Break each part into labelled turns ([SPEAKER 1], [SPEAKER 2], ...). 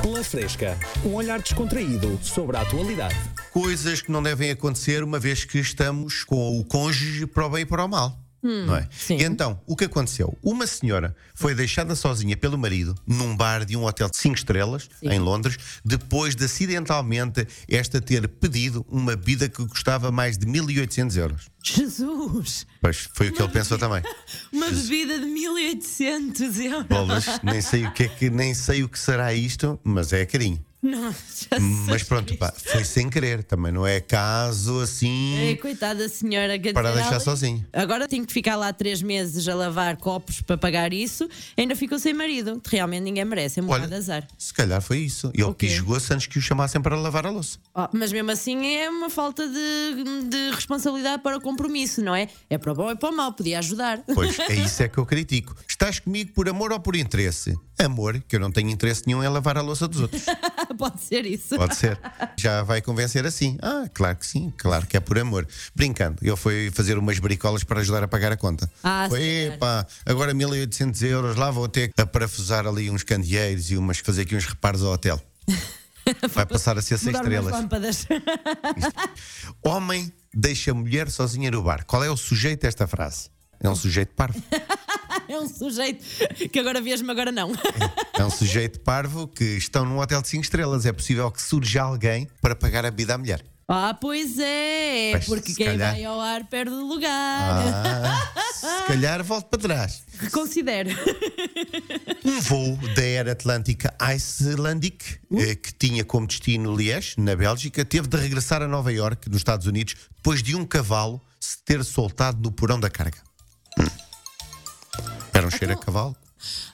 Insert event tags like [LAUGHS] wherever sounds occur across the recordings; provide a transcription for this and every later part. [SPEAKER 1] Pela Fresca, um olhar descontraído sobre a atualidade.
[SPEAKER 2] coisas que não devem acontecer uma vez que estamos com o cônjuge para o bem e para o mal. não é?
[SPEAKER 3] Hum, sim.
[SPEAKER 2] E então, o que aconteceu? Uma senhora foi deixada sozinha pelo marido num bar de um hotel de 5 estrelas, em Londres, depois de acidentalmente esta ter pedido uma bebida que custava mais de 1800 euros.
[SPEAKER 3] Jesus!
[SPEAKER 2] Pois foi o que ele pensou
[SPEAKER 3] [LAUGHS]
[SPEAKER 2] também.
[SPEAKER 3] Uma bebida de 1800 euros.
[SPEAKER 2] Bolas, nem sei o que é que, nem sei o que será isto, mas é carinho.
[SPEAKER 3] Não, já
[SPEAKER 2] Mas
[SPEAKER 3] sei é
[SPEAKER 2] pronto,
[SPEAKER 3] isto.
[SPEAKER 2] pá, foi sem querer, também não é caso assim
[SPEAKER 3] Ei, coitada da senhora que
[SPEAKER 2] para
[SPEAKER 3] dizer,
[SPEAKER 2] deixar
[SPEAKER 3] ela-
[SPEAKER 2] sozinho.
[SPEAKER 3] Agora tenho que ficar lá três meses a lavar copos para pagar isso. Ainda ficou sem marido. Realmente ninguém merece. É um bocado de azar.
[SPEAKER 2] se calhar foi isso. Ele
[SPEAKER 3] O quê?
[SPEAKER 2] quis jogou-se antes que o chamassem para lavar a louça.
[SPEAKER 3] Oh, mas mesmo assim é uma falta de, de responsabilidade para o compromisso, não é? É para o bom e para o mal. Podia ajudar.
[SPEAKER 2] Pois, é isso é que eu critico. Estás comigo por amor ou por interesse? Amor, que eu não tenho interesse nenhum em lavar a louça dos outros.
[SPEAKER 3] [LAUGHS] Pode ser isso.
[SPEAKER 2] Pode ser. Já vai convencer assim. Ah, claro que sim, claro que é por amor. Brincando, eu fui fazer umas bricolas para ajudar a pagar a conta.
[SPEAKER 3] Ah,
[SPEAKER 2] foi,
[SPEAKER 3] senhor.
[SPEAKER 2] epá, agora 1800 euros, lá vou ter a parafusar ali uns candeeiros e umas, fazer aqui uns reparos ao
[SPEAKER 3] [LAUGHS]
[SPEAKER 2] hotel. Vai passar a ser seis
[SPEAKER 3] Mudar umas
[SPEAKER 2] estrelas.
[SPEAKER 3] lâmpadas. [LAUGHS]
[SPEAKER 2] Homem deixa mulher sozinha no bar. Qual é o sujeito desta frase? É um sujeito parvo.
[SPEAKER 3] é um sujeito que agora vês-me, agora não.
[SPEAKER 2] É um sujeito parvo que estão num hotel de 5 estrelas. É possível que surja alguém para pagar a bebida à mulher.
[SPEAKER 3] Ah, pois é,
[SPEAKER 2] Mas
[SPEAKER 3] porque
[SPEAKER 2] se
[SPEAKER 3] quem
[SPEAKER 2] calhar-
[SPEAKER 3] vai ao ar perde o lugar.
[SPEAKER 2] Ah, se calhar volto para trás.
[SPEAKER 3] [LAUGHS] Reconsidere.
[SPEAKER 2] Um voo da Air Atlântica Icelandic, eh, que tinha como destino Liège, na Bélgica, teve de regressar a Nova Iorque, nos Estados Unidos, depois de um cavalo se ter soltado no porão da carga. Hum. Era um cheiro a cavalo?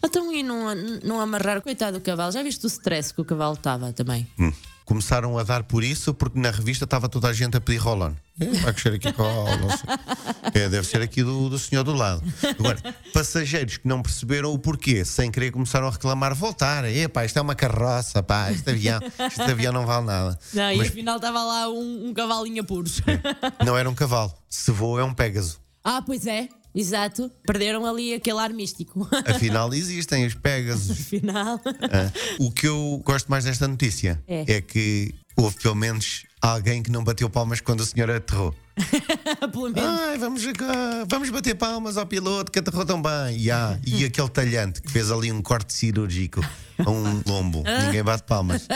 [SPEAKER 3] Então, e não, não amarrar, coitado do cavalo. Já viste o stress que o cavalo estava também?
[SPEAKER 2] Hum. Começaram a dar por isso porque na revista estava toda a gente a pedir Rolon. É, Vai crescer aqui Rolon. não sei. É, deve ser aqui do, do senhor do lado. Agora, passageiros que não perceberam o porquê, sem querer começaram a reclamar, voltar. Epá, isto é uma carroça, pá, este avião, este avião não vale nada.
[SPEAKER 3] Não, e
[SPEAKER 2] Mas
[SPEAKER 3] afinal estava lá um, um cavalinho a puros.
[SPEAKER 2] [LAUGHS] não era um cavalo. Se voa é um Pégaso.
[SPEAKER 3] ah, pois é, exato. Perderam ali aquele ar místico. [LAUGHS]
[SPEAKER 2] Afinal, existem os Pégasos.
[SPEAKER 3] Afinal.
[SPEAKER 2] Ah, O que eu gosto mais desta notícia
[SPEAKER 3] É.
[SPEAKER 2] que houve pelo menos alguém que não bateu palmas quando o senhor aterrou.
[SPEAKER 3] [LAUGHS] Pelo menos.
[SPEAKER 2] Ai, vamos, jogar, vamos bater palmas ao piloto que aterrou tão bem. E há-
[SPEAKER 3] [LAUGHS]
[SPEAKER 2] E aquele talhante que fez ali um corte cirúrgico a um
[SPEAKER 3] [LAUGHS]
[SPEAKER 2] lombo. Ninguém bate palmas.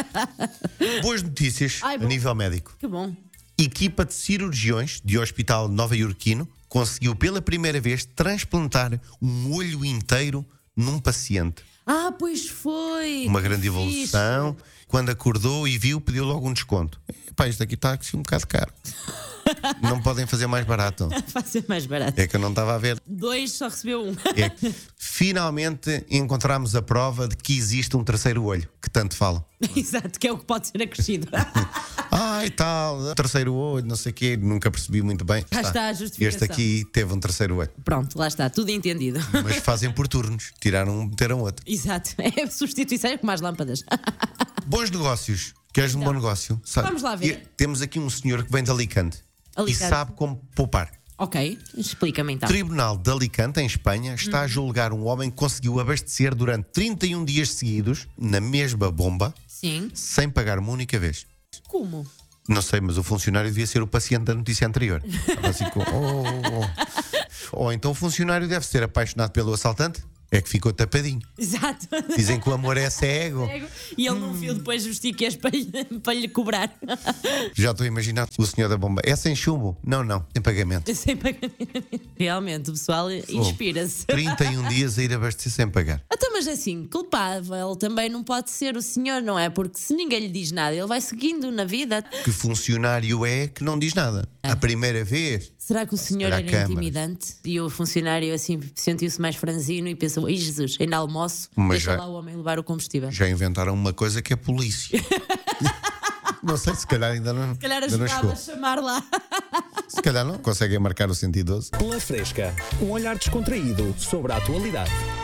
[SPEAKER 2] Boas notícias
[SPEAKER 3] Ai, bom.
[SPEAKER 2] a nível médico.
[SPEAKER 3] Que bom.
[SPEAKER 2] Equipa de cirurgiões de Hospital Nova Iorquino conseguiu pela primeira vez transplantar um olho inteiro num paciente.
[SPEAKER 3] Ah, pois foi.
[SPEAKER 2] Uma
[SPEAKER 3] que
[SPEAKER 2] grande
[SPEAKER 3] fixe.
[SPEAKER 2] evolução. Quando acordou e viu, pediu logo um desconto. Pá, isto aqui está assim um bocado
[SPEAKER 3] [LAUGHS]
[SPEAKER 2] caro. Não podem fazer mais barato.
[SPEAKER 3] [LAUGHS] Vai ser mais barato.
[SPEAKER 2] É que eu não estava a ver.
[SPEAKER 3] Dois só recebeu um.
[SPEAKER 2] é que finalmente encontramos a prova de que existe um terceiro olho, que tanto falam.
[SPEAKER 3] [LAUGHS] exato, que é o que pode ser acrescido. [LAUGHS]
[SPEAKER 2] Ai tal, terceiro olho, não sei o quê, nunca percebi muito bem.
[SPEAKER 3] Cá está a
[SPEAKER 2] Este
[SPEAKER 3] justificação.
[SPEAKER 2] aqui teve um terceiro olho.
[SPEAKER 3] Pronto, lá está, tudo entendido.
[SPEAKER 2] Mas fazem por turnos, tiraram um, meteram outro.
[SPEAKER 3] Exato, [LAUGHS] é substituição é com mais lâmpadas. [LAUGHS]
[SPEAKER 2] Bons negócios. Queres um bom negócio? Sabe-
[SPEAKER 3] Então, Vamos lá ver.
[SPEAKER 2] E temos aqui um senhor que vem de Alicante,
[SPEAKER 3] Alicante. Tá.
[SPEAKER 2] e sabe como poupar.
[SPEAKER 3] ok, explica-me então.
[SPEAKER 2] Tribunal de Alicante, em Espanha, está
[SPEAKER 3] Uhum.
[SPEAKER 2] a julgar um homem que conseguiu abastecer durante 31 dias seguidos, na mesma bomba,
[SPEAKER 3] Sim.
[SPEAKER 2] sem pagar uma única vez.
[SPEAKER 3] Como?
[SPEAKER 2] Não sei, mas o funcionário devia ser o paciente da notícia anterior. Estava assim com, "Oh, oh, oh." Ou então o funcionário deve ser apaixonado pelo assaltante. É que ficou tapadinho.
[SPEAKER 3] Exato. [LAUGHS]
[SPEAKER 2] Dizem que o amor é cego.
[SPEAKER 3] E ele não viu depois justificas para, lhe- [LAUGHS] para lhe cobrar.
[SPEAKER 2] Já estou a imaginar o senhor da bomba. É sem chumbo? Não, não. Tem pagamento.
[SPEAKER 3] Sem pagamento. Realmente, o pessoal [LAUGHS] inspira-se.
[SPEAKER 2] 31 dias a ir abastecer sem pagar.
[SPEAKER 3] Então, mas é assim, culpável também não pode ser o senhor, não é? Porque se ninguém lhe diz nada, ele vai seguindo na vida.
[SPEAKER 2] Que funcionário é que não diz nada?
[SPEAKER 3] Ah.
[SPEAKER 2] A primeira vez.
[SPEAKER 3] Será que o senhor
[SPEAKER 2] calhar
[SPEAKER 3] era
[SPEAKER 2] câmaras.
[SPEAKER 3] intimidante? E o funcionário assim sentiu-se mais franzino e pensou: Ei Jesus, ainda almoço,
[SPEAKER 2] Mas
[SPEAKER 3] deixa
[SPEAKER 2] já-
[SPEAKER 3] lá o homem levar o combustível.
[SPEAKER 2] Já inventaram uma coisa que é
[SPEAKER 3] [LAUGHS]
[SPEAKER 2] polícia. Não sei, se calhar ainda não.
[SPEAKER 3] Se calhar
[SPEAKER 2] ainda não
[SPEAKER 3] ajudava a
[SPEAKER 2] chegou.
[SPEAKER 3] chamar lá.
[SPEAKER 2] Se calhar não conseguem marcar o 112.
[SPEAKER 1] Pela Fresca, um olhar descontraído sobre a atualidade.